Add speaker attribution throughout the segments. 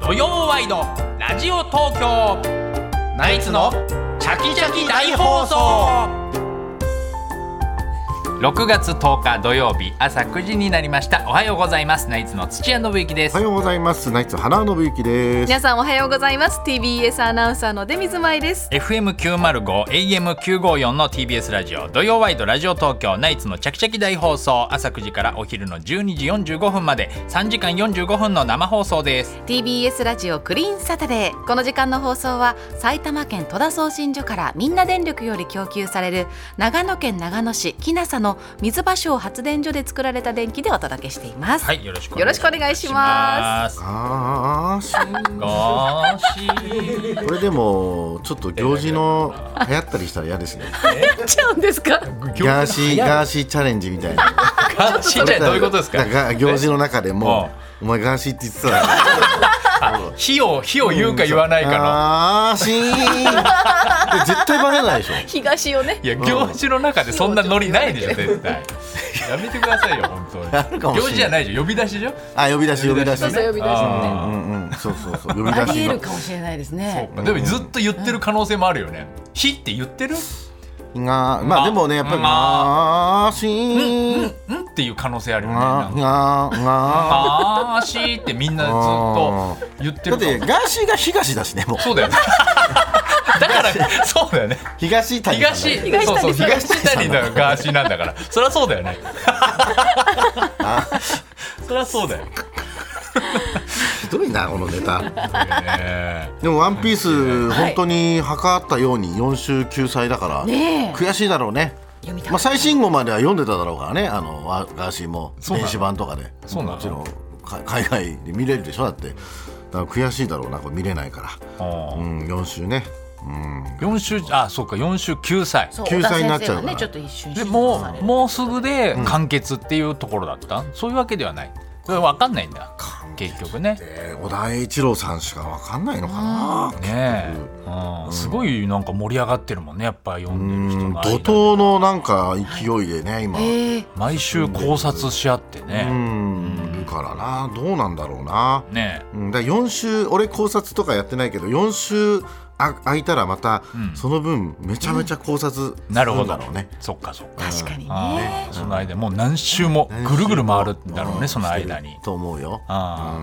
Speaker 1: 土曜ワイドラジオ東京ナイツのチャキチャキ大放送6月10日土曜日朝9時になりましたおはようございますナイツの土屋信之です、
Speaker 2: おはようございます。ナイツ花信之です。
Speaker 3: 皆さんおはようございます TBS アナウンサーの出水舞です
Speaker 1: FM905 AM954 の TBS ラジオ土曜ワイドラジオ東京ナイツのチャキチャキ大放送朝9時からお昼の12時45分まで3時間45分の生放送です
Speaker 3: TBS ラジオクリーンサタデーこの時間の放送は埼玉県戸田送信所からみんな電力より供給される長野県長野市木NASA の水場所発電所で作られた電気でお届けしています、
Speaker 1: はいよろしく
Speaker 3: よろしくお願いします
Speaker 2: ああ、し
Speaker 1: ゴーシー
Speaker 2: これでもちょっと行事の流行ったりしたら嫌ですね。
Speaker 3: 入っちゃうんですか
Speaker 2: ガーシーガーシーチャレンジみたいな。
Speaker 1: ガーシーじゃないどういうことですか
Speaker 2: なんが行事の中でもお前ガーシーって言ってたら。
Speaker 1: あ火を火を言うか言わないかの
Speaker 2: ガーシー。絶対バレないでしょ。
Speaker 3: 東をね
Speaker 1: いや行事の中でそんなノリないでしょ絶 対やめてくださいよ本
Speaker 2: あ
Speaker 1: 当
Speaker 2: る
Speaker 1: に
Speaker 2: かもしれない
Speaker 1: 行事じゃないでしょ呼び出しでしょ
Speaker 2: あ呼び出し呼び出し。
Speaker 3: そうそう呼び出
Speaker 2: う
Speaker 3: しのね
Speaker 2: んうんそうそうそう呼び出
Speaker 3: あり
Speaker 2: し
Speaker 3: え
Speaker 2: の
Speaker 3: る。かもしれないですね
Speaker 1: でもずっと言ってる可能性もあるよね。火って言ってる？
Speaker 2: がまあでもねやっぱりガーシー。
Speaker 1: んっていう可能性あるよね。
Speaker 2: が
Speaker 1: なんか
Speaker 2: がが。
Speaker 1: あーしーってみんなずっと言って
Speaker 2: だ
Speaker 1: るか
Speaker 2: っ
Speaker 1: も
Speaker 2: てガーシーが東だしねもう。
Speaker 1: そう だよね。だからそうだよね。
Speaker 2: 東谷さんだ
Speaker 1: 東
Speaker 3: 東谷
Speaker 1: そうそう
Speaker 3: さん
Speaker 1: 東谷のガーシーなんだから。そりゃそうだよね。そりゃそうだよね。
Speaker 2: ひどいなこのネタ でも「ワンピース本当に墓あったように4週救済だから、
Speaker 3: ねえ
Speaker 2: 悔しいだろうね、
Speaker 3: 読みた
Speaker 2: まあ、最新号までは読んでただろうからねあのわガーシーも
Speaker 1: そうなの
Speaker 2: 電子版とかで
Speaker 1: そうなの
Speaker 2: もちろんか海外で見れるでしょだってだから悔しいだろうなこれ見れないから、うん、4週ね
Speaker 1: 四週あそうか四週救済。
Speaker 3: そう
Speaker 2: 救済になっちゃうか
Speaker 3: 小田先生が
Speaker 2: ら
Speaker 3: ねちょっと一瞬
Speaker 1: で
Speaker 3: 静か
Speaker 1: も
Speaker 3: され
Speaker 1: う
Speaker 3: る
Speaker 1: もうすぐで完結っていうところだった、そういうわけではないこれ分かんないんだ結局ね
Speaker 2: えー小田栄一郎さんしか分かんないのかな
Speaker 1: ねえ、うん、すごいなんか盛り上がってるもんねやっぱ読んでる人
Speaker 2: うん
Speaker 1: の
Speaker 2: 怒
Speaker 1: 間
Speaker 2: 涛のなんか勢いでね今、
Speaker 3: えー
Speaker 1: 毎週考察し合って
Speaker 2: う
Speaker 1: ね、
Speaker 2: んいるからなどうなんだろうな
Speaker 1: ね
Speaker 2: うん、だから4週俺考察とかやってないけど4週あ空いたらまた、その分めちゃめちゃ考察する
Speaker 1: え
Speaker 2: ん
Speaker 1: な
Speaker 2: だ
Speaker 1: るほど
Speaker 2: ろうね。
Speaker 1: そっかそっか
Speaker 3: 確かに
Speaker 1: ああ
Speaker 3: ね
Speaker 1: その間もう何週もぐるぐる回るんだろうねその間
Speaker 2: し
Speaker 1: に
Speaker 2: てると思うよ。
Speaker 1: あ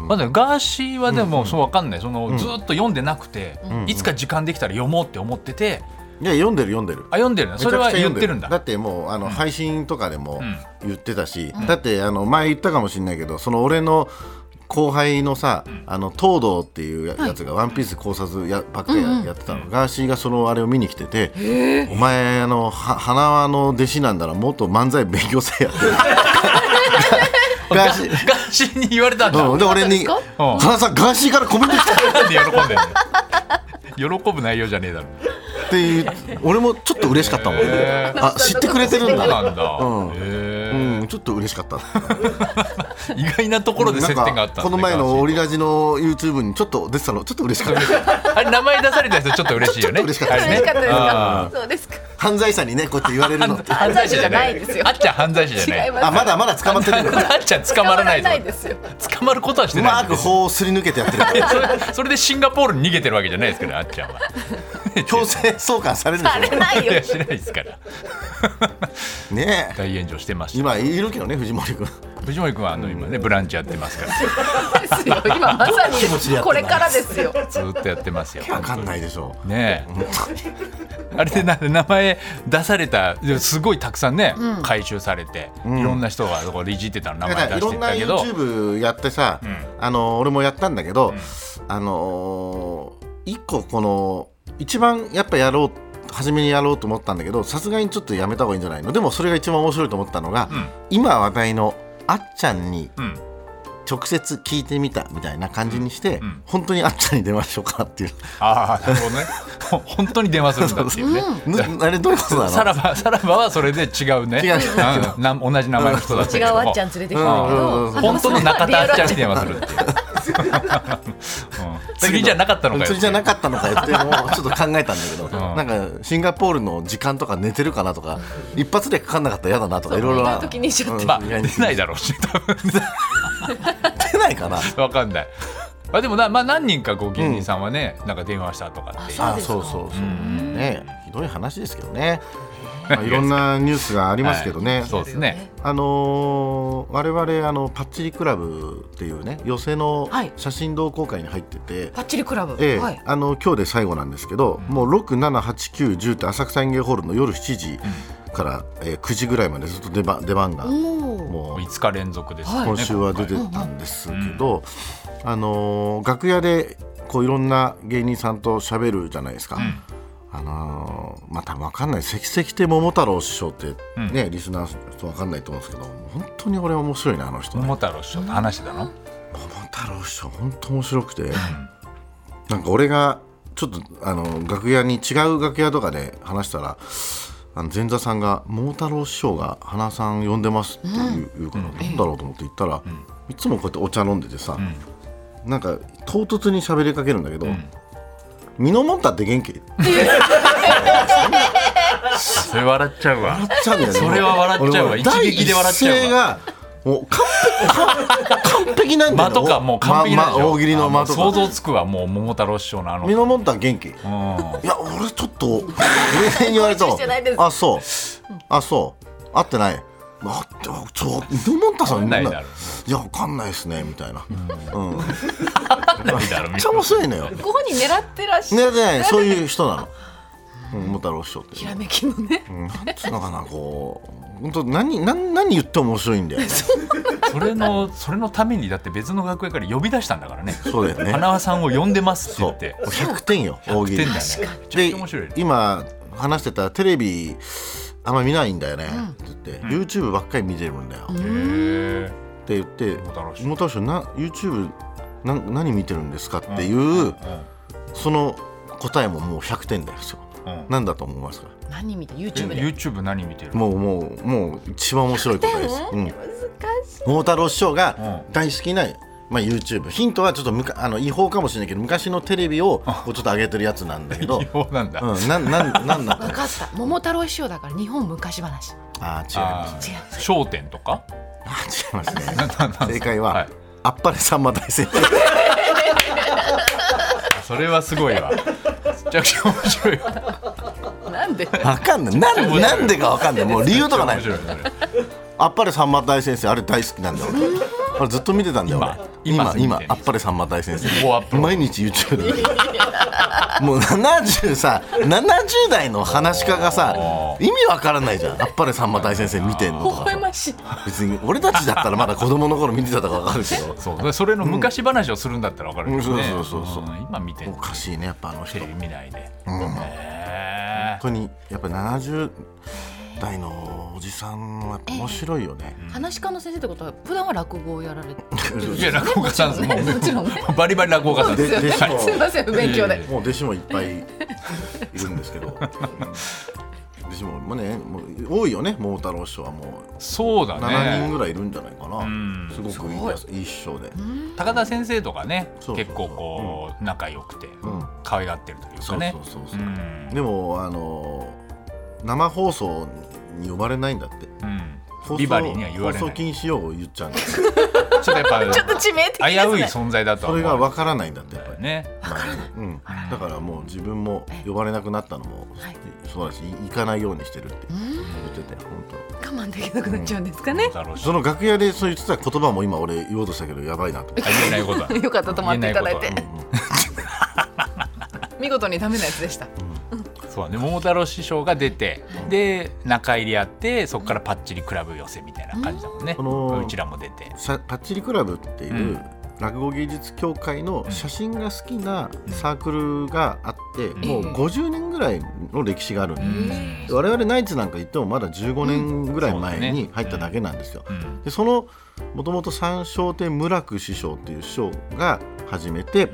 Speaker 1: あまだガーシーはでもそう分かんないそのずっと読んでなくていつか時間できたら読もうって思ってて
Speaker 2: いや読んでる読んでる。
Speaker 1: あ読んでるなそれは
Speaker 2: めちゃ
Speaker 1: 言
Speaker 2: くちゃ読
Speaker 1: ってるんだ
Speaker 2: だってもうあの、配信とかでも言ってたし、だってあの前言ったかもしれないけどその俺の後輩のさ、あの東堂っていうややつが「ワンピース考察やばっかりや,、ってたの、ガーシーがそのあれを見に来てて「お前あのは花輪の弟子なんだらもっと漫才勉強せ や」ってガーシー
Speaker 1: ガーシーに言われたんだ
Speaker 2: うん、で俺に「
Speaker 1: うん
Speaker 2: 花さんガーシーからコメント来た!」
Speaker 1: なんで喜んでんの喜ぶ内容じゃねえだろ
Speaker 2: っていう俺もちょっと嬉しかったもん、
Speaker 1: へ
Speaker 2: あ知ってくれてるん
Speaker 1: そう
Speaker 2: だ
Speaker 1: なんだ、
Speaker 2: うん
Speaker 1: へ
Speaker 2: う
Speaker 1: え
Speaker 2: んちょっと嬉しかった
Speaker 1: 意外なところで接点があったんだ
Speaker 2: この前
Speaker 1: ガーシー
Speaker 2: のオリラジの YouTube にちょっと出てたのちょっと嬉しかった
Speaker 1: あれ名前出された人ちょっと嬉しいよね。
Speaker 2: ちょっと嬉しかった
Speaker 1: あれね
Speaker 3: 嬉しかったで
Speaker 1: あ
Speaker 3: すかそうですか
Speaker 2: 犯罪者にねこうやって言われるの って
Speaker 1: ー
Speaker 2: あ
Speaker 3: 犯罪者じゃないですよ
Speaker 1: あっちゃん犯罪者じゃない。
Speaker 3: 違い
Speaker 1: あ
Speaker 3: ます
Speaker 2: まだまだ捕まっ てるんだ
Speaker 1: っちゃん捕まらないぞ。
Speaker 3: ですよ
Speaker 1: 捕まることはして
Speaker 2: う
Speaker 1: ない
Speaker 2: ま
Speaker 1: ん
Speaker 2: く
Speaker 1: です。
Speaker 2: 法をすり抜けてやってる から
Speaker 1: それそれでシンガポールに逃げてるわけじゃないですからあっちゃんは。
Speaker 2: 強制送還されるで
Speaker 3: あれない
Speaker 1: い
Speaker 3: よ
Speaker 1: やしないですから。
Speaker 2: しょねえ
Speaker 1: 大炎上してました。
Speaker 2: 今いるけどね藤森君
Speaker 1: 藤森君はあの今ねブランチやってますから
Speaker 3: ですよ今まさ
Speaker 2: 気持ちでやってんだ
Speaker 3: にこれからですよ
Speaker 1: ずーっとやってますよ。
Speaker 2: わかんないでしょ
Speaker 1: ねえあれでな名前出されたですごいたくさんね、回収されて、いろんな人がこれいじってたの名
Speaker 2: だか
Speaker 1: 前
Speaker 2: ら
Speaker 1: 出
Speaker 2: い
Speaker 1: し
Speaker 2: ろ
Speaker 1: て
Speaker 2: んな
Speaker 1: たけど
Speaker 2: YouTube やってさ、あの俺もやったんだけど、あのー一個この一番やっぱやろう初めにやろうと思ったんだけどさすがにちょっとやめた方がいいんじゃないのでもそれが一番面白いと思ったのが、
Speaker 1: ん
Speaker 2: 今話題のあっちゃんに
Speaker 1: うん
Speaker 2: 直接聞いてみたみたいな感じにして、
Speaker 1: ん
Speaker 2: 本当にあっちゃんに電話しよう かっていう、
Speaker 1: ああなるほどねほ本当に電話するんだっていうね。
Speaker 2: あれどういうことなの
Speaker 1: さらばさらばはそれで違うね
Speaker 2: 違う
Speaker 1: うんな同じ名前の人だった
Speaker 3: 違
Speaker 1: けど
Speaker 3: うあっちゃん連れてきたんだけ
Speaker 2: うんうんうん
Speaker 3: ど
Speaker 1: 本当の中田あっちゃんに電話するっていう、うん、釣りじゃなかったのかよ
Speaker 2: 釣りじゃなかったのかよってもうちょっと考えたんだけど、
Speaker 1: ん
Speaker 2: なんかシンガポールの時間とか寝てるかなとか、一発でかかんなかったら嫌だなとかいろいろ
Speaker 3: 意外と気にしちゃって
Speaker 1: まあ
Speaker 2: 意外
Speaker 1: 出
Speaker 2: に
Speaker 1: ないだろうし多分
Speaker 2: 出ないかな
Speaker 1: わかんない。あでもな、まあ、何人かこう芸人さんはね、なんか電話したとかっていう
Speaker 3: あ
Speaker 2: あ
Speaker 3: そ
Speaker 2: そうう
Speaker 3: で
Speaker 1: う
Speaker 2: そうそう、
Speaker 3: すか
Speaker 1: ん
Speaker 2: ねひどい話ですけどね、まあ、いろんなニュースがありますけどね、
Speaker 1: はいそうですね
Speaker 2: あのー、我々あのパッチリクラブっていうね寄席の
Speaker 3: はい
Speaker 2: 写真同好会に入ってて、
Speaker 3: パッチリクラブ、
Speaker 2: ええ
Speaker 3: はい
Speaker 2: あの今日で最後なんですけど、もう678910って浅草演芸ホールの夜7時から、えー9時ぐらいまでずっと出番出番が、
Speaker 3: おお
Speaker 2: もう
Speaker 1: 5日連続です、ね
Speaker 3: はい
Speaker 2: 今週は出て
Speaker 1: 今
Speaker 2: たんですけど、あのー楽屋でこういろんな芸人さんと喋るじゃないですか。あのーまた分かんない「関関手桃太郎師匠」ってね、リスナーの人分かんないと思うんですけど本当に俺面白いなあの人、
Speaker 1: 回
Speaker 2: ね、
Speaker 1: 桃太郎師匠と話してたの、
Speaker 2: 桃太郎師匠本当面白くてなんか俺がちょっとあの楽屋に違う楽屋とかで話したらあの前座さんが「桃太郎師匠が花さん呼んでます」って言う,、からなんだろうと思って行ったら、いつもこうやってお茶飲んでてさ、なんか唐突に喋りかけるんだけど「身のもんたって元気?」って言っ
Speaker 1: それ笑っちゃうわ
Speaker 2: ちゃうんだよね
Speaker 1: それは笑っちゃうわ
Speaker 2: 俺もう
Speaker 1: 一撃で笑っちゃうわ
Speaker 2: 第一声がもう完璧完璧なんだよ
Speaker 1: 間とかもう完璧なんでしょ、
Speaker 2: まま大喜利の間と
Speaker 1: あもう想
Speaker 2: か
Speaker 1: 像つくわもう桃太郎師匠のあの、
Speaker 2: 「身のもんた元気?」
Speaker 1: うん
Speaker 2: いや俺ちょっと俺に言われても
Speaker 3: 集中してないです
Speaker 2: あそうあそう合ってないあってちょっともんたさん
Speaker 1: 合わないだろ
Speaker 2: いやわかんないですねみたいなうんめっ
Speaker 1: ないだろみ
Speaker 2: ちゃ面白いのよね
Speaker 3: ご本人狙ってらっしゃる、
Speaker 2: でねそういう人なのうん桃太郎師匠って
Speaker 3: ひらめきのね
Speaker 2: うんなんつうのかなこう本当何何何言っても面白いんだよね
Speaker 1: それのそれのためにだって別の学園から呼び出したんだからね
Speaker 2: そうだよね
Speaker 1: 花輪さんを呼んでますって
Speaker 2: そ
Speaker 1: 言
Speaker 2: う
Speaker 1: って
Speaker 2: 100点よ大喜利
Speaker 1: 言ってんだよねめちゃく
Speaker 2: で
Speaker 1: ちゃ面白いね
Speaker 2: 今話してたテレビあんま見ないんだよねって言って YouTube ばっかり見てるんだよ
Speaker 1: へー
Speaker 2: って言って
Speaker 1: 桃太郎師匠
Speaker 2: 桃太郎師匠な YouTube な何見てるんですかっていう、その答えももう100点ですよ、
Speaker 1: うん
Speaker 2: なんだと思いますか
Speaker 3: 何見て
Speaker 1: え
Speaker 3: YouTube で
Speaker 1: YouTube 何見てる
Speaker 2: もうもうもう一番面白い答えです、うん、桃太郎師匠が大好きな、まあ、YouTube ヒントはちょっとむかあの違法かもしれないけど昔のテレビをこうちょっと上げてるやつなんだ けど
Speaker 1: 違法なんだ、
Speaker 2: うん、なんなんなんだった
Speaker 3: 分かった桃太郎師匠だから日本昔話
Speaker 2: あー違います
Speaker 1: あ
Speaker 3: 違
Speaker 1: ー
Speaker 3: う
Speaker 1: 商店とか
Speaker 2: あ違いますね
Speaker 1: なな
Speaker 2: 正解
Speaker 1: は
Speaker 2: はいあっぱれさんま大先生
Speaker 1: それはすごいわめちゃくちゃ面白いわ
Speaker 3: なんで
Speaker 2: わかんないなんなんでかわかんないもう理由とかない
Speaker 1: 面白いそれ
Speaker 2: あっぱれさんま大先生あれ大好きなんだよ俺俺ずっと見てたんだよ俺
Speaker 1: 今
Speaker 2: 今
Speaker 1: 今
Speaker 2: 今あっぱれさんま大先
Speaker 1: フォーアップ
Speaker 2: 生
Speaker 1: ロ
Speaker 2: 毎日 YouTube で見てるもう70さ70代の話し家がさ意味わからないじゃんあっぱれさんま大先生見てんのと
Speaker 3: 微
Speaker 2: か
Speaker 3: 笑
Speaker 2: さ
Speaker 3: ましい
Speaker 2: 別に俺たちだったらまだ子供の頃見てたとかわかるけ ど
Speaker 1: そうでそれの昔話をするんだったらわかるけどね、
Speaker 2: うんそうそうそうそうん
Speaker 1: 今見て
Speaker 2: おかしいねやっぱあの人
Speaker 1: テレビ
Speaker 2: 本
Speaker 1: 見ないで、へー
Speaker 2: 当にやっぱ70代のおじさんはやっぱ面白いよね
Speaker 3: 話し家の先生ってことは普段は落語をやられて
Speaker 1: いや落語家さんですも
Speaker 3: もちろんね
Speaker 1: うバリバリ落語家さんです
Speaker 2: で弟子も
Speaker 3: すいません不勉強で
Speaker 2: もう弟子もいっぱいいるんですけど弟子ももうねもう多いよね桃太郎師匠はもう
Speaker 1: そうだ
Speaker 2: 7人
Speaker 1: ね
Speaker 2: ぐらいいるんじゃないかな、
Speaker 1: ん
Speaker 2: すごくいいですいい師匠で、
Speaker 1: 高田先生とかね
Speaker 2: そうそうそう
Speaker 1: 結構こう仲良くて、
Speaker 2: ん
Speaker 1: 可愛がってるという
Speaker 2: そ
Speaker 1: か
Speaker 2: う
Speaker 1: ね
Speaker 2: そうそうそう、
Speaker 1: ん
Speaker 2: でもあの生放送に呼ばれないんだって
Speaker 1: う
Speaker 2: 放
Speaker 1: ん、
Speaker 2: 送
Speaker 1: ビバリーには言われな
Speaker 2: 放
Speaker 1: い
Speaker 2: 送禁止用語を言っちゃうんだ って
Speaker 1: ちょっとやっぱ
Speaker 3: ちょっと致命的ですね
Speaker 1: 危うい存在だとは
Speaker 2: そ
Speaker 1: 思
Speaker 2: れ
Speaker 1: う
Speaker 2: が分からないんだってやっぱり
Speaker 1: ね
Speaker 2: うん、だからもう自分も呼ばれなくなったのも
Speaker 3: はい
Speaker 2: そうだし行かないようにしてるって言ってて本当
Speaker 3: 我慢できなくなっちゃうんですかね
Speaker 1: 桃太郎師
Speaker 2: そ
Speaker 1: 匠
Speaker 2: の楽屋でそう言ってた言葉も今俺言おうとしたけどやばいな と思って
Speaker 1: あ言えないことだ
Speaker 3: よかった止まっていただい
Speaker 1: 言
Speaker 3: て
Speaker 1: えな
Speaker 3: 見事にダメなやつでした
Speaker 1: そうね桃太郎師匠が出てで仲入りあってそこからパッチリクラブ寄せみたいな感じだもんね、
Speaker 2: この
Speaker 1: うちらも出て
Speaker 2: さパッチリクラブっていう、
Speaker 1: うん
Speaker 2: 落語芸術協会の写真が好きなサークルがあって、
Speaker 1: ん
Speaker 2: もう50年ぐらいの歴史があるんで
Speaker 1: うん
Speaker 2: 我々ナイツなんか行ってもまだ15年ぐらい前に入っただけなんですよ。
Speaker 1: うん
Speaker 2: でそのもともと三笑亭無楽師匠っていう師匠が始めて、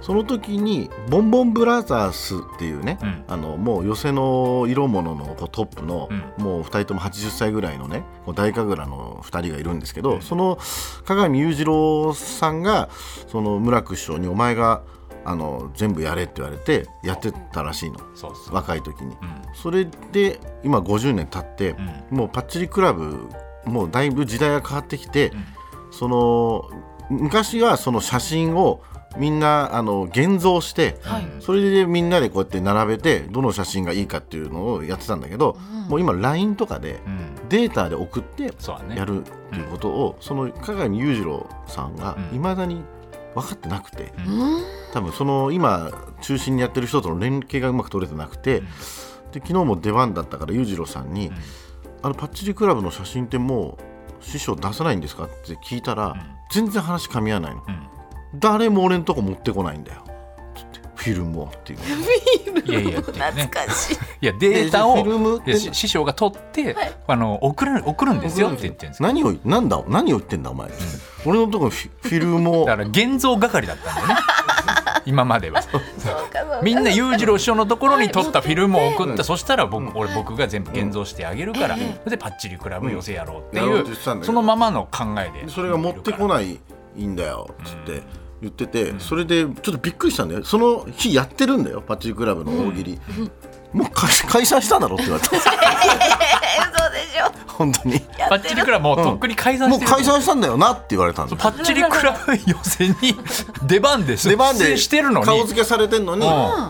Speaker 2: その時にボンボンブラザースっていうね、
Speaker 1: うん
Speaker 2: あのもう寄せの色物のこうトップの、
Speaker 1: う
Speaker 2: もう2人とも80歳ぐらいのねこう大神楽の2人がいるんですけど、その加賀見裕次郎さんがその村木師匠に「お前があの全部やれ」って言われてやってたらしいの
Speaker 1: そうそう
Speaker 2: 若い時に。
Speaker 1: うん
Speaker 2: それで今50年経って、もうパッチリクラブもうだいぶ時代が変わってきて、その昔はその写真をみんなあの現像して、
Speaker 3: はい
Speaker 2: それでみんなでこうやって並べてどの写真がいいかっていうのをやってたんだけど、
Speaker 3: うん
Speaker 2: もう今 LINE とかで
Speaker 1: うん
Speaker 2: データで送って
Speaker 1: そうだね
Speaker 2: やるっていうことを、その加賀見裕次郎さんが
Speaker 1: うん
Speaker 2: いまだに分かってなくて
Speaker 3: うん
Speaker 2: 多分その今中心にやってる人との連携がうまく取れてなくて、
Speaker 1: うん
Speaker 2: で昨日も出番だったから裕次郎さんに、
Speaker 1: ん
Speaker 2: あのパッチリクラブの写真ってもう師匠出さないんですかって聞いたら、全然話噛み合わない
Speaker 1: う
Speaker 2: の誰も俺のとこ持ってこないんだよつってフィルムをっていう
Speaker 1: いやいやっていう
Speaker 3: 懐
Speaker 1: ね
Speaker 3: かしい。
Speaker 1: いやデータ
Speaker 2: えじゃあフィルム
Speaker 1: を
Speaker 2: っ
Speaker 1: い
Speaker 2: て
Speaker 1: やし師匠が取って、あの送る送るんですよって言ってるんですよ
Speaker 2: 何をなんだ何を言ってんだお前、俺のとこにフィフィルムを
Speaker 1: だから現像係だったん だよね今までは
Speaker 3: そうかそうか
Speaker 1: みんな裕次郎師匠のところに撮ったフィルムを送っ
Speaker 2: は
Speaker 1: た
Speaker 2: い
Speaker 1: そしたら僕,、俺僕が全部現像してあげるから、
Speaker 3: うんええ
Speaker 1: でパッチリクラブ寄せやろうって
Speaker 2: うんやろ
Speaker 1: いう
Speaker 2: って言ってたんだ
Speaker 1: う
Speaker 2: けど
Speaker 1: そのままの考えで
Speaker 2: でそれが持ってこないんだよつって言っててそれでちょっとびっくりしたんだよその日やってるんだよパッチリクラブの大喜利もう解 解散したんだろって言わ れた
Speaker 3: えそうでしょ。
Speaker 2: 本当に
Speaker 1: パッチリクラブもうとっくに解散し
Speaker 2: もう
Speaker 1: てると
Speaker 2: 解散したんだよなって言われたんだよ
Speaker 1: パッチリクラブ寄せ に出番で出
Speaker 2: 出番
Speaker 1: 出
Speaker 2: で
Speaker 1: 演してるの
Speaker 2: 顔
Speaker 1: に
Speaker 2: 付けされてんのに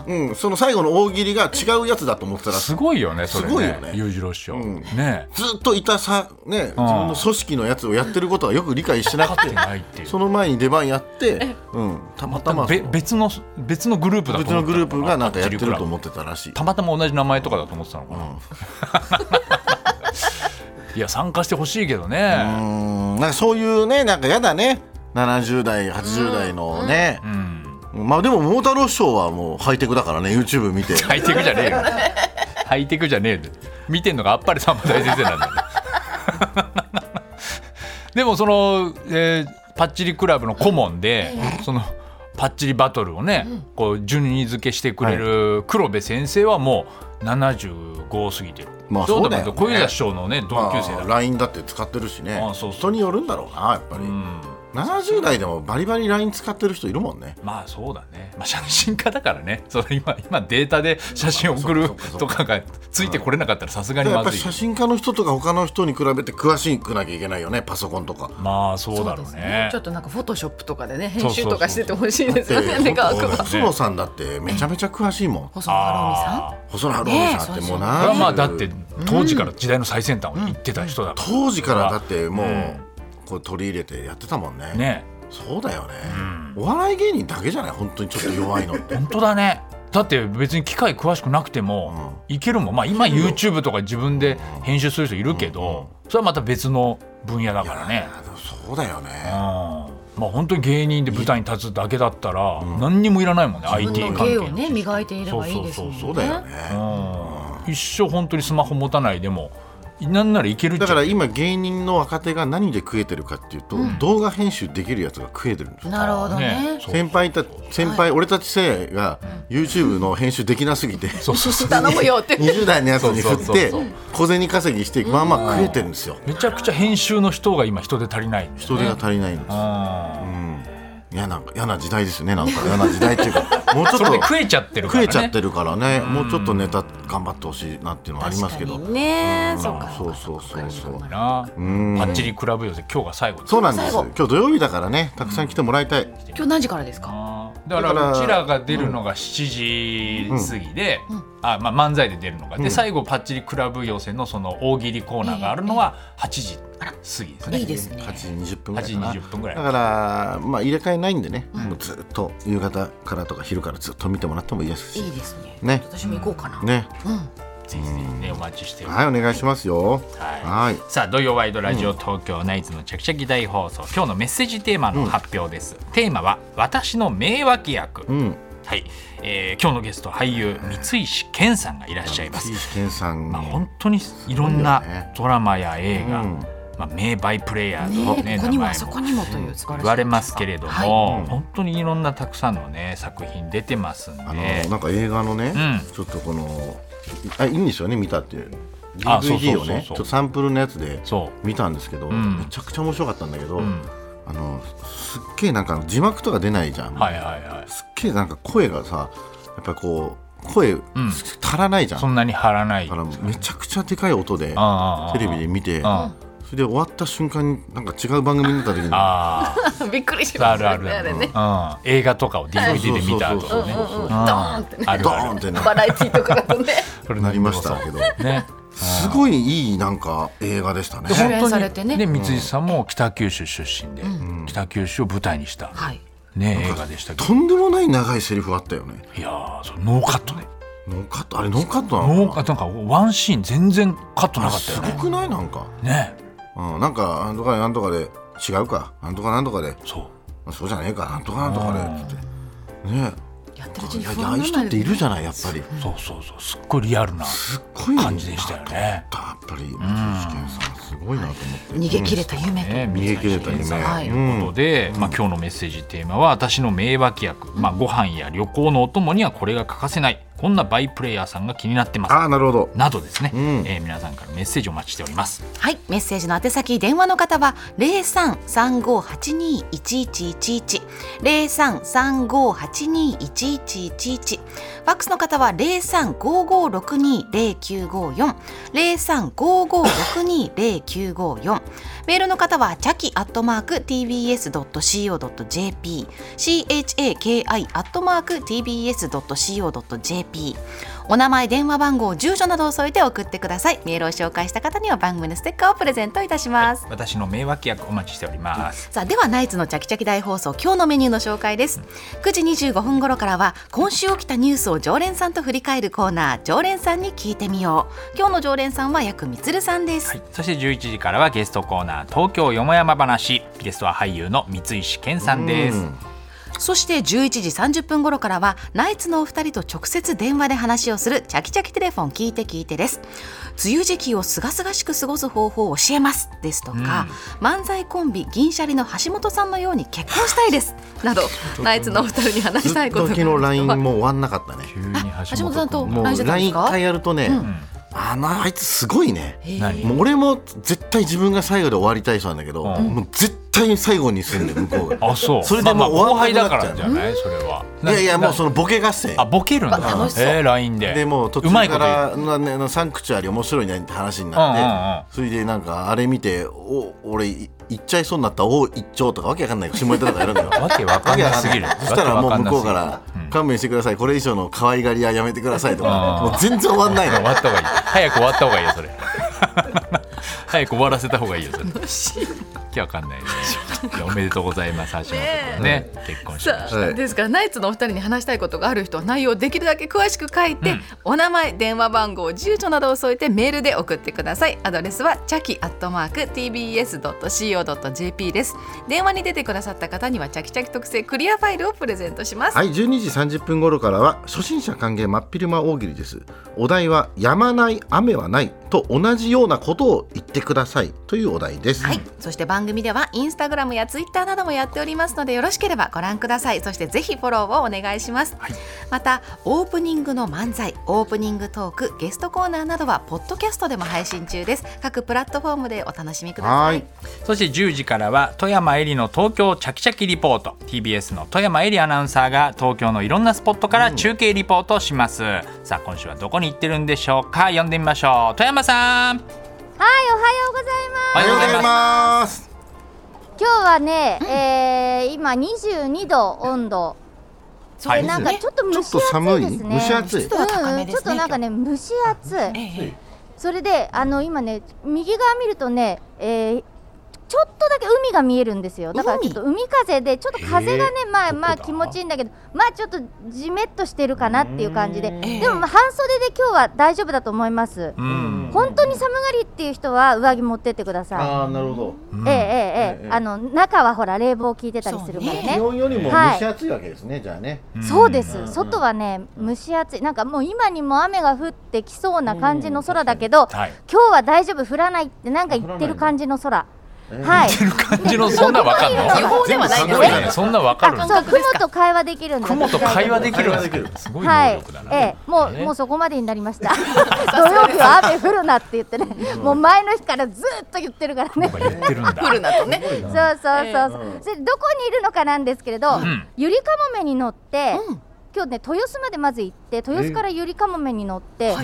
Speaker 1: う
Speaker 2: うんその最後の大喜利が違うやつだと思ってたら
Speaker 1: す
Speaker 2: ず
Speaker 1: ごいよねそれ
Speaker 2: すごい
Speaker 1: ね
Speaker 2: よね
Speaker 1: 裕次郎師匠、
Speaker 2: ん
Speaker 1: ねえ
Speaker 2: っといたさね自分の組織のやつをやってることはよく理解してなく
Speaker 1: 勝っててないっていう
Speaker 2: その前に出番やってうんたまたまそ
Speaker 1: べ
Speaker 2: の
Speaker 1: 別の別のグループだと思っ
Speaker 2: 別
Speaker 1: てた
Speaker 2: のグループがなんかやって
Speaker 1: パッチリク
Speaker 2: る
Speaker 1: ラ
Speaker 2: と
Speaker 1: ブ
Speaker 2: 思ってたらしい
Speaker 1: たまたま同じ名前とかだと思ってたのかな、 いや参加してほしいけど
Speaker 2: う
Speaker 1: ね
Speaker 2: ーんなんかそういうねなんかやだね70代80代のね、
Speaker 1: うん
Speaker 2: まあでも桃太郎師匠はもうハイテクだからね YouTube 見て
Speaker 1: ハイテクじゃねえよハイテクじゃねえよ見てんのがあっぱれさんま大先生なんだよ でもその、えーパッチリクラブの顧問で、そのパッチリバトルをね、こう順位付けしてくれる黒部先生はもう75過ぎてる、
Speaker 2: まあそうだよね
Speaker 1: 小遊三師匠のね同級生だ
Speaker 2: ま
Speaker 1: から
Speaker 2: あ LINE だって使ってるしね
Speaker 1: あそうそう
Speaker 2: 人によるんだろうなやっぱり、
Speaker 1: うん
Speaker 2: 70代でもバリバリ LINE 使ってる人いるもんね
Speaker 1: まあそうだね、まあ、写真家だからね その今今データで写真を送る
Speaker 2: そうかそうか
Speaker 1: とかがついてこれなかったらさすが
Speaker 2: だか
Speaker 1: に
Speaker 2: ら
Speaker 1: ま
Speaker 2: やっぱ
Speaker 1: ず
Speaker 2: り
Speaker 1: い
Speaker 2: 写真家の人とか他の人に比べて詳しくなきゃいけないよねパソコンとか。
Speaker 1: まあそうだろうね
Speaker 3: ちょっとなんかフォトショップとかでね編
Speaker 1: そうそう
Speaker 3: 集
Speaker 1: そう
Speaker 3: とかしててほしいですよね。
Speaker 2: で
Speaker 3: 願わく
Speaker 1: そう
Speaker 3: ば。
Speaker 2: 細野さんだってめちゃめちゃ詳しいもん
Speaker 3: 細野晴臣さん。
Speaker 1: あ
Speaker 2: 細野晴臣さんってもう
Speaker 1: あこれ
Speaker 2: な
Speaker 1: はまあだって当時から時代の最先端を行ってた人だか
Speaker 2: 当時からだってもう、
Speaker 1: うん
Speaker 2: こう取り入れてやってたもんね
Speaker 1: らね
Speaker 2: そうだよね、お笑い芸人だけじゃない本当にちょっと弱いのっ て
Speaker 1: 本当だねだって別に機械詳しくなくてもいけるもんまあ今 YouTube とか自分で編集する人いるけどそれはまた別の分野だからね
Speaker 2: あでもそうだよ
Speaker 1: うん
Speaker 2: ね
Speaker 1: まあ本当に芸人で舞台に立つだけだったら何にもいらないもんね IT
Speaker 3: 自
Speaker 1: 関
Speaker 3: 分の
Speaker 1: 係
Speaker 3: 芸
Speaker 1: の
Speaker 3: をね磨いていればいいですもんね。
Speaker 2: そうだよね、
Speaker 1: 一生本当にスマホ持たないでもなんならいけるっち
Speaker 2: だ
Speaker 1: ゃ
Speaker 2: から今芸人の若手が何で食えてるかっていうと、動画編集できるやつが食えてるんですよ
Speaker 3: なるほどね。
Speaker 1: そう
Speaker 2: 先輩た先輩、俺たち世代が YouTube の編集できなすぎて
Speaker 1: そうそう そう
Speaker 3: 頼むよ って。
Speaker 2: 20代のやつに振
Speaker 1: そうそう
Speaker 2: って
Speaker 1: そう
Speaker 2: 小銭稼ぎしてまあまあ食えてるんですよ
Speaker 1: めちゃくちゃ編集の人が今人手足りないんです
Speaker 2: 人手が足りないんです嫌な嫌な時代ですねなんか嫌な時代ってい うかもうちょっ
Speaker 1: それで
Speaker 2: と
Speaker 1: 食えちゃってるか
Speaker 2: 食
Speaker 1: ら
Speaker 2: え
Speaker 1: ね
Speaker 2: ちゃってるからねもうちょっとネタ頑張ってほしいなっていうのはありますけど
Speaker 3: 確かにね、そうか。
Speaker 2: そうそうそうそう
Speaker 1: なパッチリクラブ寄せ今日が最後です
Speaker 2: そうなんです
Speaker 3: 最後
Speaker 2: 今日土曜日だからねたくさん来てもらいたい、
Speaker 3: 今日何時からですか。
Speaker 1: あーだから
Speaker 2: だから
Speaker 1: うちらが出るのが7時過ぎで、あまあ、漫才で出るのが、で最後パッチリクラブ寄せのその大喜利コーナーがあるのは8時過ぎですね。
Speaker 3: いいですね。
Speaker 2: 8時20分ぐらいか
Speaker 1: 8
Speaker 2: な
Speaker 1: 時20分ぐらい
Speaker 2: だからまあ入れ替えないんでね、もうずっと夕方からとか昼からずっと見てもらってもいいですし
Speaker 3: いいですね。
Speaker 2: ね
Speaker 3: 私も行こうかな。
Speaker 2: ね
Speaker 1: ぜひぜひねお待ちしております
Speaker 2: はいお願いしますよ
Speaker 1: はい
Speaker 2: はい
Speaker 1: さあ土曜ワイドラジオ東京ナイツのちゃくちゃき大放送、今日のメッセージテーマの発表です、テーマは私の名脇役、
Speaker 2: うん
Speaker 1: はい、えー、今日のゲスト俳優三石健さんがいらっしゃいます
Speaker 2: 岸石健さん
Speaker 1: まあ本当にいろんな
Speaker 2: すごいよね
Speaker 1: ドラマや映画、
Speaker 2: うん
Speaker 1: まあ名バイプレイヤーとね
Speaker 3: ね、ここ
Speaker 1: 名
Speaker 3: にも
Speaker 1: 前
Speaker 3: あそこにもという素晴らしい。
Speaker 1: 言われますけれども、
Speaker 3: はい
Speaker 1: 本当にいろんなたくさんのね作品出てますんで、
Speaker 2: あのなんか映画のね、
Speaker 1: うん
Speaker 2: ちょっとこのあいいんですよね見たっていう
Speaker 1: あそうそう
Speaker 2: DVD
Speaker 1: そうそう
Speaker 2: をねちょっとサンプルのやつで
Speaker 1: そう
Speaker 2: 見たんですけど、
Speaker 1: ん
Speaker 2: めちゃくちゃ面白かったんだけど、
Speaker 1: ん
Speaker 2: あのすっげえなんか字幕とか出ないじゃん、
Speaker 1: はいはいはい
Speaker 2: すっげえなんか声がさやっぱりこう声足らないじゃん、
Speaker 1: そんなに張らない
Speaker 2: だからめちゃくちゃでかい音で
Speaker 1: ああああ
Speaker 2: テレビで見て
Speaker 1: あ
Speaker 2: れで終わった瞬間になんか違う番組になった時に
Speaker 1: ああ
Speaker 3: びっくりし
Speaker 1: あ
Speaker 3: ます
Speaker 1: るある
Speaker 3: ねあれね
Speaker 1: ある、うん、映画とかを DVD で見た
Speaker 2: そう
Speaker 1: 後
Speaker 2: そう
Speaker 1: ね
Speaker 2: そうそう
Speaker 3: ド
Speaker 1: うん
Speaker 3: ーンってね
Speaker 1: ある
Speaker 2: ド
Speaker 1: あ
Speaker 2: ーンっ
Speaker 1: る
Speaker 2: てな
Speaker 3: バラエティとかだとね
Speaker 1: それ
Speaker 2: なりましたけど
Speaker 1: ね
Speaker 2: すごいいいなんか映画でしたね
Speaker 1: で
Speaker 3: 主演
Speaker 1: 本当に
Speaker 3: されてね
Speaker 1: 三井さんも北九州出身で、北九州を舞台にした、
Speaker 3: はい
Speaker 1: ね、映画でしたけど
Speaker 2: とんでもない長いセリフあったよね
Speaker 1: いやーそれノーカットね
Speaker 2: ノーカットあれノーカットなの
Speaker 1: ノー
Speaker 2: か
Speaker 1: カットなんかワンシーン全然カット
Speaker 2: な
Speaker 1: なかったよ
Speaker 2: あす
Speaker 1: ね
Speaker 2: ごくないなんか、
Speaker 1: ね
Speaker 2: うん、なんかなんとかでなんとかで違うかなんとかなんとかで
Speaker 1: そう
Speaker 2: そうじゃねえかなんとかなんとかでつってね
Speaker 3: やってるうち
Speaker 2: え
Speaker 3: に
Speaker 2: いや
Speaker 3: 不
Speaker 2: ああ
Speaker 3: 安
Speaker 2: いう
Speaker 3: に
Speaker 2: 人
Speaker 3: な
Speaker 2: っているじゃ
Speaker 3: ない
Speaker 2: ないやっぱり
Speaker 1: そうそうそうすっごいリアルな
Speaker 2: すっごい
Speaker 1: 感じでしたよね
Speaker 2: なと思ったやっぱり松井健さんすごいなと思って
Speaker 3: 逃げ切れた夢
Speaker 1: ね
Speaker 3: と
Speaker 2: 逃げ切れた夢
Speaker 1: ということで、まあ、今日のメッセージテーマは私の名脇役、まあ、ご飯や旅行のお供にはこれが欠かせないこんなバイプレイヤーさんが気になってます
Speaker 2: ああなるほど
Speaker 1: などですね、
Speaker 2: うん
Speaker 1: えー皆さんからメッセージをお待ちしております
Speaker 3: はいメッセージの宛先電話の方は0335821111 0335821111ファックスの方は0355620954 0355620954メールの方はチャキアットマーク tbs.co.jp chaki アットマーク tbs.co.jp お名前電話番号住所などを添えて送ってくださいメールを紹介した方には番組のステッカーをプレゼントいたします、
Speaker 1: 私の名脇役お待ちしております
Speaker 3: さあではナイツのチャキチャキ大放送今日のメニューの紹介です9時25分頃からは今週起きたニュースを常連さんと振り返るコーナー常連さんに聞いてみよう今日の常連さんはやくみつるさんです、
Speaker 1: はい、そして11時からはゲストコーナー東京よもやま話ゲストは俳優の三石健さんです、
Speaker 2: うん
Speaker 3: そして11時30分頃からはナイツのお二人と直接電話で話をするチャキチャキテレフォン聞いて聞いてです梅雨時期をすがすがしく過ごす方法を教えますですとか、漫才コンビ銀シャリの橋本さんのように結婚したいですなどナイツのお二人に話
Speaker 2: ず
Speaker 3: した
Speaker 2: っ
Speaker 3: いことと
Speaker 2: 昨日 LINE も終わんなかったね
Speaker 1: 急に
Speaker 3: 橋本さんと
Speaker 1: 君
Speaker 2: も
Speaker 3: ラインして
Speaker 2: う
Speaker 3: たんで
Speaker 2: LINE
Speaker 3: す
Speaker 2: 一
Speaker 3: か
Speaker 2: 回やるとね、あのあいつすごいね、
Speaker 1: 何
Speaker 2: もう俺も絶対自分が最後で終わりたい人なんだけど、
Speaker 1: うん
Speaker 2: もう絶対に最後にする んだよ向こうが
Speaker 1: あそう
Speaker 2: それでもう
Speaker 1: まあまあ後輩
Speaker 2: 終わ
Speaker 1: だ
Speaker 2: ん
Speaker 1: か
Speaker 2: なくな
Speaker 1: ら
Speaker 2: っ
Speaker 1: じ
Speaker 2: ち
Speaker 1: ゃないそ
Speaker 2: ゃう
Speaker 1: れはい
Speaker 2: やいやもうそ
Speaker 1: の
Speaker 2: のボケ合戦
Speaker 1: あボケるんだ、
Speaker 3: わ楽しそう
Speaker 1: えー、LINE で
Speaker 2: でもう途
Speaker 1: う
Speaker 2: 中
Speaker 1: まいこ
Speaker 2: か
Speaker 1: と言う
Speaker 2: らなねあのサンクチュアリ面白いねって話になって、それでなんかあれ見てお俺い行っちゃいそうになったお一丁とかわけわかんない下ネタとかやるんだ よ
Speaker 1: わけわかんなすぎる
Speaker 2: わけわかんないそしたらもう向こうか
Speaker 1: わ
Speaker 2: ら
Speaker 1: けわかんなすぎるうん
Speaker 2: 勘弁してくださいこれ以上の可愛がりはやめてくださいとか
Speaker 1: うん
Speaker 2: もう全然終わんないの
Speaker 1: 終わった方がいい早く終わった方がいいよそれ 早く終わらせた方がいいよそれ楽しいわけわかんないねいやおめでとうございます橋本君ね結婚しました
Speaker 2: はい
Speaker 3: ですからナイツのお二人に話したいことがある人は内容をできるだけ詳しく書いて、
Speaker 1: うん
Speaker 3: お名前電話番号住所などを添えてメールで送ってくださいアドレスはチャキアットマーク tbs.co.jp です電話に出てくださった方にはチャキチャキ特製クリアファイルをプレゼントします、
Speaker 2: はい、12時30分頃からは初心者歓迎真っ昼間大喜利です。お題は「やまない雨はない」と同じようなことを言ってくださいというお題です。
Speaker 3: はい、そして番組ではインスタグラムやツイッターなどもやっておりますのでよろしければご覧くださいそしてぜひフォローをお願いします、またオープニングの漫才オープニングトークゲストコーナーなどはポッドキャストでも配信中です各プラットフォームでお楽しみくださ
Speaker 2: はいい
Speaker 1: そして10時からは富山えりの東京チャキチャキリポート TBS の富山えりアナウンサーが東京のいろんなスポットから中継リポートをします、さあ今週はどこに行ってるんでしょうか読んでみましょう富山さん
Speaker 4: はい、おはようございます。
Speaker 1: お
Speaker 2: おはようございます。
Speaker 4: 今日はね、えー、今22度温度。
Speaker 3: そ
Speaker 1: は
Speaker 4: で
Speaker 1: い
Speaker 4: なんかちょっと
Speaker 2: ちょ
Speaker 4: 蒸
Speaker 2: っ
Speaker 4: し
Speaker 2: と
Speaker 4: 暑
Speaker 2: 寒
Speaker 4: い
Speaker 2: い
Speaker 4: ですね。
Speaker 2: 蒸し暑い
Speaker 3: 湿。度は高め
Speaker 4: うん、
Speaker 3: で
Speaker 4: ちょっ
Speaker 3: すね
Speaker 4: となんかね蒸し暑
Speaker 3: え
Speaker 4: い。
Speaker 3: え
Speaker 4: それであの今ね右側見るとね、えー、ちょっとだけ海が見えるんですよ。だからちょっと海風でちょっと風がね、まあまあ
Speaker 1: どこだ
Speaker 4: 気持ちいいんだけど、まあちょっとじめっとしてるかなっていう感じで、
Speaker 3: ー
Speaker 4: でもまあ半袖で今日は大丈夫だと思います。
Speaker 1: うん
Speaker 4: 本当に寒がりっていう人は上着持ってってください。
Speaker 2: あ、なるほ
Speaker 1: うん
Speaker 4: え
Speaker 2: え
Speaker 4: ええええ
Speaker 2: え
Speaker 4: えあの中はほら冷房効いてたりするから
Speaker 3: そう
Speaker 4: ね
Speaker 3: ね
Speaker 4: そう
Speaker 2: 温より
Speaker 4: も蒸し
Speaker 2: 暑いわけですね。じゃあね。
Speaker 4: です、
Speaker 2: うん
Speaker 4: 外はね蒸し暑いなんかもう今にも雨が降ってきそうな感じの空だけ
Speaker 1: は
Speaker 4: ど、
Speaker 1: い
Speaker 4: 今日は大丈夫降らないってなんか言ってる感じの空はい
Speaker 1: 似てる感じのそんなわかんの
Speaker 3: 予報ではないです
Speaker 1: ごいね
Speaker 3: ね
Speaker 1: そんなわかるん
Speaker 4: あ
Speaker 1: だ
Speaker 4: そう雲と会話できるんだ
Speaker 1: 雲と会話できるん
Speaker 2: 会話できる
Speaker 1: すごい
Speaker 4: は
Speaker 1: 能
Speaker 4: い
Speaker 1: 力だ、な、
Speaker 4: ええ、もう、
Speaker 1: ね
Speaker 4: もうそこまでになり ました。土曜日は雨降るなって言ってね、もう前の日からずっと言ってるからね。
Speaker 1: やっぱ言ってるんだ
Speaker 3: 降るなとね
Speaker 4: そうそうそうそう、
Speaker 2: うん
Speaker 4: それでどこにいるのかなんですけれど、
Speaker 1: ん
Speaker 4: ゆりかもめに乗って、
Speaker 3: うん
Speaker 4: 今日ね豊洲までまず行って豊洲からゆりかもめに乗って、
Speaker 1: い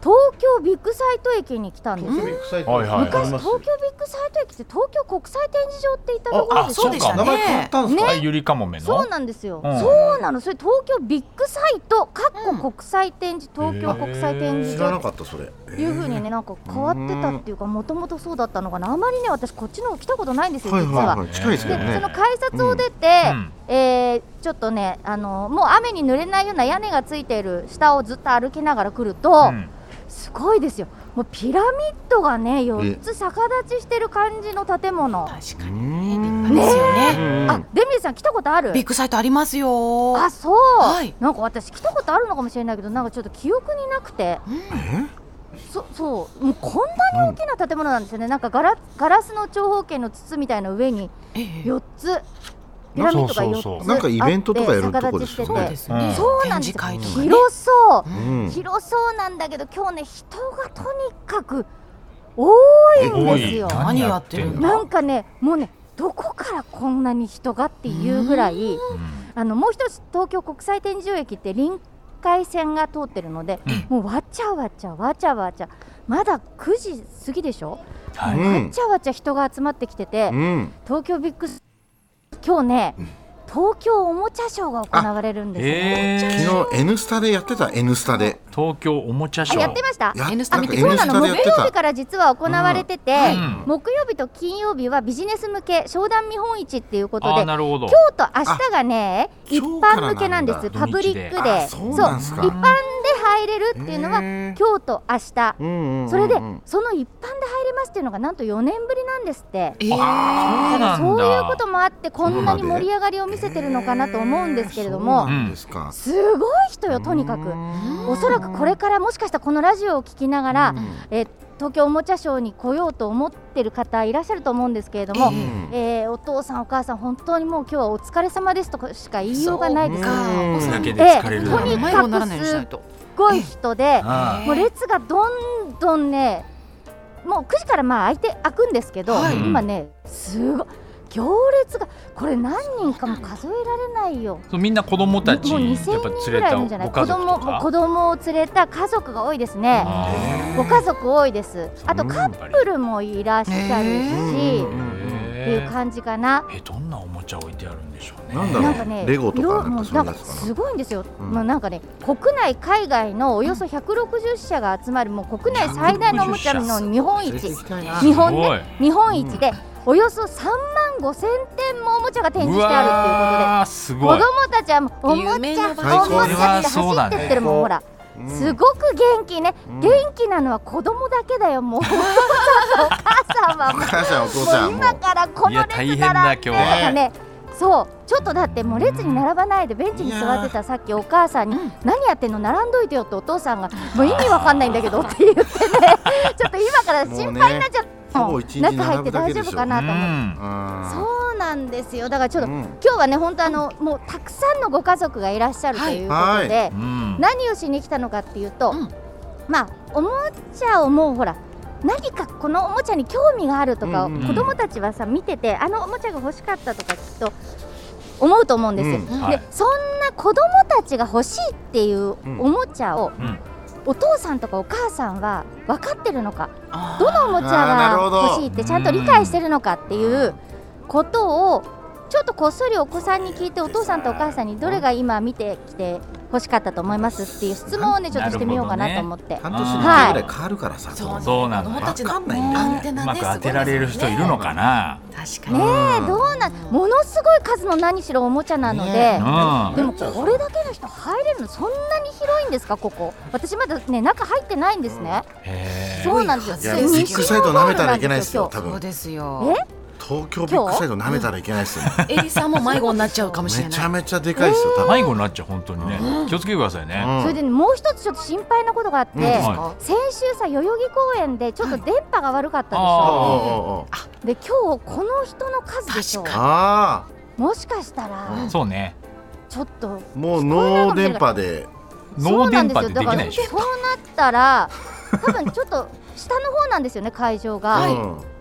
Speaker 4: 東京ビッグサイト駅に来たんですよ。
Speaker 1: はいはい
Speaker 4: 昔東京ビッグサイト駅って東京国際展示場って言ったところ
Speaker 1: あ
Speaker 4: でし
Speaker 1: そ
Speaker 4: ょ
Speaker 1: うで
Speaker 3: した
Speaker 2: 名前変わ
Speaker 3: ね
Speaker 2: ったんですか、
Speaker 1: あゆりかもめの
Speaker 4: そうなんですよ、
Speaker 1: うん
Speaker 4: そうなのそれ東京ビッグサイトかっこ国際展示、東京国際展示
Speaker 2: 知ら
Speaker 4: 場
Speaker 2: な
Speaker 4: っ
Speaker 2: かったそれ
Speaker 4: ていうふうにねなんか変わってたっていうかもともとそうだったのかなあまりね私こっちの方来たことないんですよ
Speaker 2: はい
Speaker 4: 実は。
Speaker 2: はいはい近いですけ
Speaker 4: で
Speaker 2: ど
Speaker 1: ね
Speaker 4: その
Speaker 2: ね
Speaker 4: 改札を出て、
Speaker 1: ん
Speaker 4: えーちょっとねあのもう雨に濡れないような屋根がついている下をずっと歩きながら来ると、
Speaker 1: うん
Speaker 4: すごいですよもうピラミッドがね4つ逆立ちしてる感じの建物、
Speaker 3: 確か
Speaker 2: うー
Speaker 3: に
Speaker 2: ん
Speaker 3: ありますよね
Speaker 2: うん
Speaker 4: あデミーさん来たことある
Speaker 3: ビッグサイトありますよ
Speaker 4: あそう、
Speaker 3: はい
Speaker 4: なんか私来たことあるのかもしれないけどなんかちょっと記憶になくてそそうもうこんなに大きな建物なんですよねなんかガラガラスの長方形の筒みたいな上に
Speaker 3: ええ
Speaker 4: 4つピラミッドが
Speaker 1: そうそう
Speaker 4: 4
Speaker 1: そ
Speaker 4: つ
Speaker 1: う
Speaker 2: なんかイベントとかやるとこですよ
Speaker 4: 逆
Speaker 2: ね
Speaker 3: そうで
Speaker 4: 立ちしてて
Speaker 3: すね、
Speaker 4: そうなんですよ
Speaker 3: 展示会とかね
Speaker 4: 広そうう、
Speaker 2: ん
Speaker 4: 広そうなんだけど今日ね人がとにかく多いんですよ
Speaker 1: 多い
Speaker 3: 何やってる
Speaker 1: 何
Speaker 3: ん
Speaker 1: や
Speaker 3: だ
Speaker 4: なんかねもうねどこからこんなに人がっていうぐらいあのもう一つ東京国際展示場駅って臨海線が通ってるので、もうわちゃわちゃわちゃわちゃまだ9時過ぎでしょ、
Speaker 1: は
Speaker 2: う
Speaker 1: い
Speaker 4: わ
Speaker 2: ん
Speaker 4: ちゃわちゃ人が集まってきてて、
Speaker 2: うん
Speaker 4: 東京ビッグス今日ね、東京おもちゃショーが行われるんですよ、
Speaker 1: えー
Speaker 2: 昨日 N スタでやってた N スタで
Speaker 1: 東京おもちゃシ
Speaker 4: あ
Speaker 1: ョー
Speaker 4: やってました
Speaker 2: や
Speaker 3: N スタ
Speaker 2: なん
Speaker 3: 見
Speaker 2: か
Speaker 3: て
Speaker 2: N
Speaker 4: そ
Speaker 2: ス
Speaker 4: うな
Speaker 2: タ
Speaker 4: の
Speaker 2: で
Speaker 4: 木
Speaker 2: やって
Speaker 4: 曜日
Speaker 2: た
Speaker 4: から実は行われてて、
Speaker 1: ん
Speaker 4: 木曜日と金曜日はビジネス向け商談見本市っていうこと
Speaker 1: あ
Speaker 4: で
Speaker 1: ーなるほど
Speaker 4: 今日と明日がね一
Speaker 2: 今日からなん
Speaker 4: 般
Speaker 2: だ
Speaker 4: 向けなんで
Speaker 1: 土日
Speaker 4: す
Speaker 1: で
Speaker 4: パブリック
Speaker 2: あ
Speaker 4: で
Speaker 2: そうなんですか
Speaker 4: 一般で入れるっていうのが
Speaker 2: へー
Speaker 4: 今日と明日、
Speaker 2: うんうんうんうん
Speaker 4: それでその一般で入れますっていうのがなんと4年ぶりなんですって。
Speaker 3: えー
Speaker 1: そうなんだ
Speaker 4: そういうこともあってこんなに
Speaker 2: そうなんで
Speaker 4: 盛り上がりを見せてるのかなと思うんですけれども、
Speaker 2: そうなんですか
Speaker 4: すごい人よとにかくおそらくこれからもしかしたらこのラジオを聞きながら、えー東京おもちゃショーに来ようと思ってる方いらっしゃると思うんですけれども、えーお父さんお母さん本当にもう今日はお疲れ様ですとかしか言いようがないです
Speaker 2: そう
Speaker 4: す
Speaker 2: うん
Speaker 3: お
Speaker 1: だ
Speaker 3: 酒
Speaker 1: け
Speaker 3: で
Speaker 1: で疲れる
Speaker 4: とにかく
Speaker 3: 迷子にならないようにしないと
Speaker 4: っごい人で
Speaker 1: あ
Speaker 4: もう列がどんどんねもう9時からまあ開いて開くんですけど、
Speaker 3: はい
Speaker 4: 今ねすごい行列がこれ何人かも数えられないよ。
Speaker 1: ーそうみんな子供たち
Speaker 4: もう
Speaker 1: やっ
Speaker 4: 2000人
Speaker 1: ぱ
Speaker 4: ぐ
Speaker 1: 連
Speaker 4: らいいるん
Speaker 1: れ
Speaker 4: じゃ
Speaker 1: た
Speaker 4: ない
Speaker 1: ご
Speaker 4: 子
Speaker 1: 家族
Speaker 4: 供
Speaker 1: と
Speaker 4: も
Speaker 1: か
Speaker 4: 子供を連れた家族が多いですね
Speaker 1: あ
Speaker 4: ご家族多いですあとカッ
Speaker 1: ッ
Speaker 4: プルもいらっしゃるし
Speaker 2: うん
Speaker 4: っていう感じかな
Speaker 1: えどんなおもちゃ置いてあるんでしょうね
Speaker 2: なんだろう
Speaker 4: なんかね
Speaker 2: レゴとか
Speaker 4: 色
Speaker 2: なんか
Speaker 4: も
Speaker 2: そういう
Speaker 4: な
Speaker 2: や
Speaker 4: ん
Speaker 2: つ
Speaker 4: か
Speaker 2: かな
Speaker 4: すごいんですよ
Speaker 2: うん
Speaker 4: もうなんかね国内海外のおよそ160社が集まるもう国内最大のおもちゃの見本市日本
Speaker 1: すごい
Speaker 4: ね日本一でおよそ3万5000点もおもちゃが展示してあるっていうことで
Speaker 1: わーす
Speaker 4: 子
Speaker 1: ごい
Speaker 4: 供たちはもうおもち
Speaker 3: 夢
Speaker 4: ゃ
Speaker 3: の
Speaker 4: おも
Speaker 3: 場
Speaker 2: 所
Speaker 4: ちゃって走ってってるもん
Speaker 2: そ
Speaker 4: ほ
Speaker 2: うだ
Speaker 4: らすごく元気ね元気なのは子供だけだ よもうお父さんとお母さんは
Speaker 2: お
Speaker 4: も
Speaker 2: 母さんお父さ
Speaker 4: うん
Speaker 2: も
Speaker 4: 今からこ
Speaker 1: い
Speaker 4: の
Speaker 1: や
Speaker 4: 列
Speaker 1: 大変だ
Speaker 4: 並ん
Speaker 1: 今
Speaker 4: で
Speaker 1: 日
Speaker 4: と
Speaker 1: は
Speaker 4: かねそうちょっとだってもう列に並ばないでベンチに座ってたさっきお母さんに何やってんの並んどいてよってお父さんがもう意味わかんないんだけどっ て言ってねちょっと今から心配になっちゃった
Speaker 2: も
Speaker 4: も
Speaker 2: うねほぼ
Speaker 4: う
Speaker 2: 一日
Speaker 4: 中入
Speaker 2: 並
Speaker 4: っ
Speaker 2: ぶ
Speaker 4: て
Speaker 2: だ
Speaker 4: 大
Speaker 2: けで
Speaker 4: 丈
Speaker 2: しょ
Speaker 4: 夫かなと思って。
Speaker 1: ん
Speaker 2: あ
Speaker 4: そうなんですよだからちょっと、
Speaker 2: うん
Speaker 4: 今日はね本当あのもうたくさんのご家族がいらっしゃると
Speaker 3: はい
Speaker 4: いうことで、
Speaker 1: うん
Speaker 4: 何をしに来たのかっていうと、
Speaker 3: うん
Speaker 4: まあおもちゃをもうほら何かこのおもちゃに興味があるとか、
Speaker 2: うんうん
Speaker 1: うん
Speaker 4: 子供たちはさ見ててあのおもちゃが欲しかったとかきっと思うと思うんですよ、
Speaker 2: うん
Speaker 1: は
Speaker 4: で
Speaker 1: い
Speaker 4: そんな子供たちが欲しいっていうおもちゃを、
Speaker 1: うん
Speaker 4: お父さんとかお母さんは分かってるのか
Speaker 3: あー
Speaker 4: どのおもちゃが欲しいってちゃんと理解してるのかっていうことをちょっとこっそりお子さんに聞いてお父さんとお母さんにどれが今見てきて欲しかったと思いますっていう質問をねちょっとしてみようかなと思って、
Speaker 2: 半年に一回ぐらい変わるからさ
Speaker 3: そうなんだ
Speaker 1: そうなんだ
Speaker 3: 子供たちの
Speaker 2: わかんないんだよね
Speaker 3: アンテ
Speaker 1: う
Speaker 3: ナ
Speaker 1: ま
Speaker 3: ね
Speaker 1: く当てられる人いるのかな
Speaker 3: すごいですね確か
Speaker 4: ね
Speaker 3: に
Speaker 4: えどうなんものすごい数の何しろおもちゃなので、
Speaker 2: ね
Speaker 1: うん
Speaker 4: でもこれだけの人入れるのそんなに広いんですかここ私まだね中入ってないんですね、
Speaker 1: へー
Speaker 4: そうなんです
Speaker 3: い
Speaker 4: よ
Speaker 3: や
Speaker 2: ビッグサイト舐めたらいけないですよ多
Speaker 3: そ
Speaker 2: 分
Speaker 3: うですよ
Speaker 2: 東京ビッグサイト舐めたらいけないですよ
Speaker 3: えりさんも迷子になっちゃうかもしれ
Speaker 2: めちゃ
Speaker 3: な
Speaker 2: め
Speaker 3: い
Speaker 2: ちゃでかいですよ多分
Speaker 1: 迷子になっちゃう本当にね気をつけてくださいね
Speaker 4: それでねもう一つちょっと心配なことがあって、
Speaker 2: うんはい
Speaker 1: は
Speaker 4: 先週さ代々木公園でちょっと電波が悪かったでし
Speaker 1: は
Speaker 4: ょ、
Speaker 2: あ
Speaker 4: で今日この人の数でしょ
Speaker 3: 確
Speaker 2: あ
Speaker 4: もしかしたら
Speaker 1: そうね
Speaker 4: ちょっと
Speaker 2: もう脳電波で
Speaker 1: 脳電波ってできないでしょ
Speaker 4: そうなんですよだから そうなったら多分ちょっと下の方なんですよね会場が、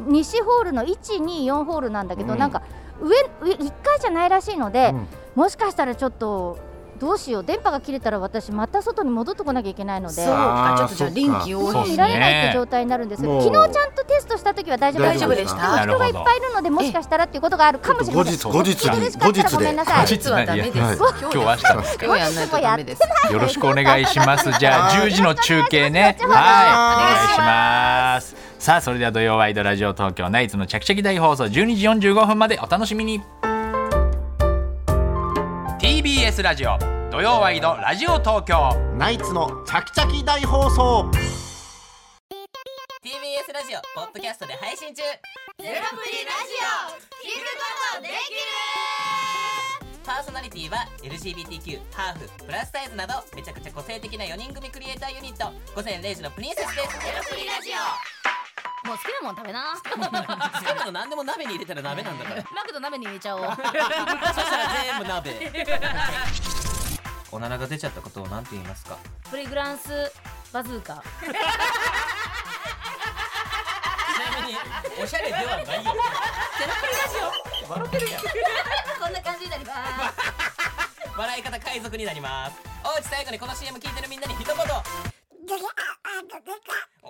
Speaker 4: 西ホールの124ホールなんだけど、
Speaker 2: うん
Speaker 4: なんか上上1階じゃないらしいので、もしかしたらちょっとどうしよう電波が切れたら私また外に戻ってこなきゃいけないの
Speaker 3: そ
Speaker 4: で
Speaker 3: うか
Speaker 2: あー
Speaker 3: ちょっとじゃあ臨機応
Speaker 1: そ
Speaker 4: も
Speaker 1: う
Speaker 4: う
Speaker 1: です
Speaker 4: 見
Speaker 1: ね
Speaker 4: られないって状態になるんです
Speaker 2: もう
Speaker 4: 昨日ちゃんとテストした時は大丈夫
Speaker 3: 大丈夫でし
Speaker 4: で
Speaker 3: た
Speaker 4: も人がいっぱいいるのでもしかしたらっていうことがあるかもしれません
Speaker 2: ちょっと後日
Speaker 4: 聞いてるしかったらごめんなさい
Speaker 1: 後日
Speaker 3: 実はダメです、
Speaker 2: はい
Speaker 1: 今日は明日です
Speaker 3: 今日やんないとダメで す
Speaker 1: よろしくお願いします。じゃあ
Speaker 2: はい
Speaker 1: 10時の中継ね。はい、お
Speaker 4: お願
Speaker 1: 願いします。さあ、それでは土曜ワイドラジオ東京ナイツのチャキチャキ大放送12時45分までお楽しみに。TBS ラジオ土曜ワイドラジオ東京。
Speaker 2: ナイツのチャキチャキ大放送
Speaker 5: TBS ラジオポッドキャストで配信中ゼロプリラジオ聞くことできるパーソナリティは LGBTQ ハーフプラスサイズなどめちゃくちゃ個性的な4人組クリエイターユニット午前0時のプリンセスですゼロプリラジオ
Speaker 6: もう好きなもん食べな。
Speaker 5: 好きなの何でも鍋に入れたら鍋なんだから
Speaker 6: マクド鍋に入れちゃおう。
Speaker 5: そしたら全部鍋 おならが出ちゃったことを何て言いますか
Speaker 6: プリグランスバズーカ。
Speaker 5: ちなみにおしゃれではないよゼロプリラジオ笑ってるやん
Speaker 6: こんな感じになります。
Speaker 5: 笑い方海賊になりますおうち最後にこの CM 聞いてるみんなに一言お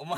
Speaker 5: 前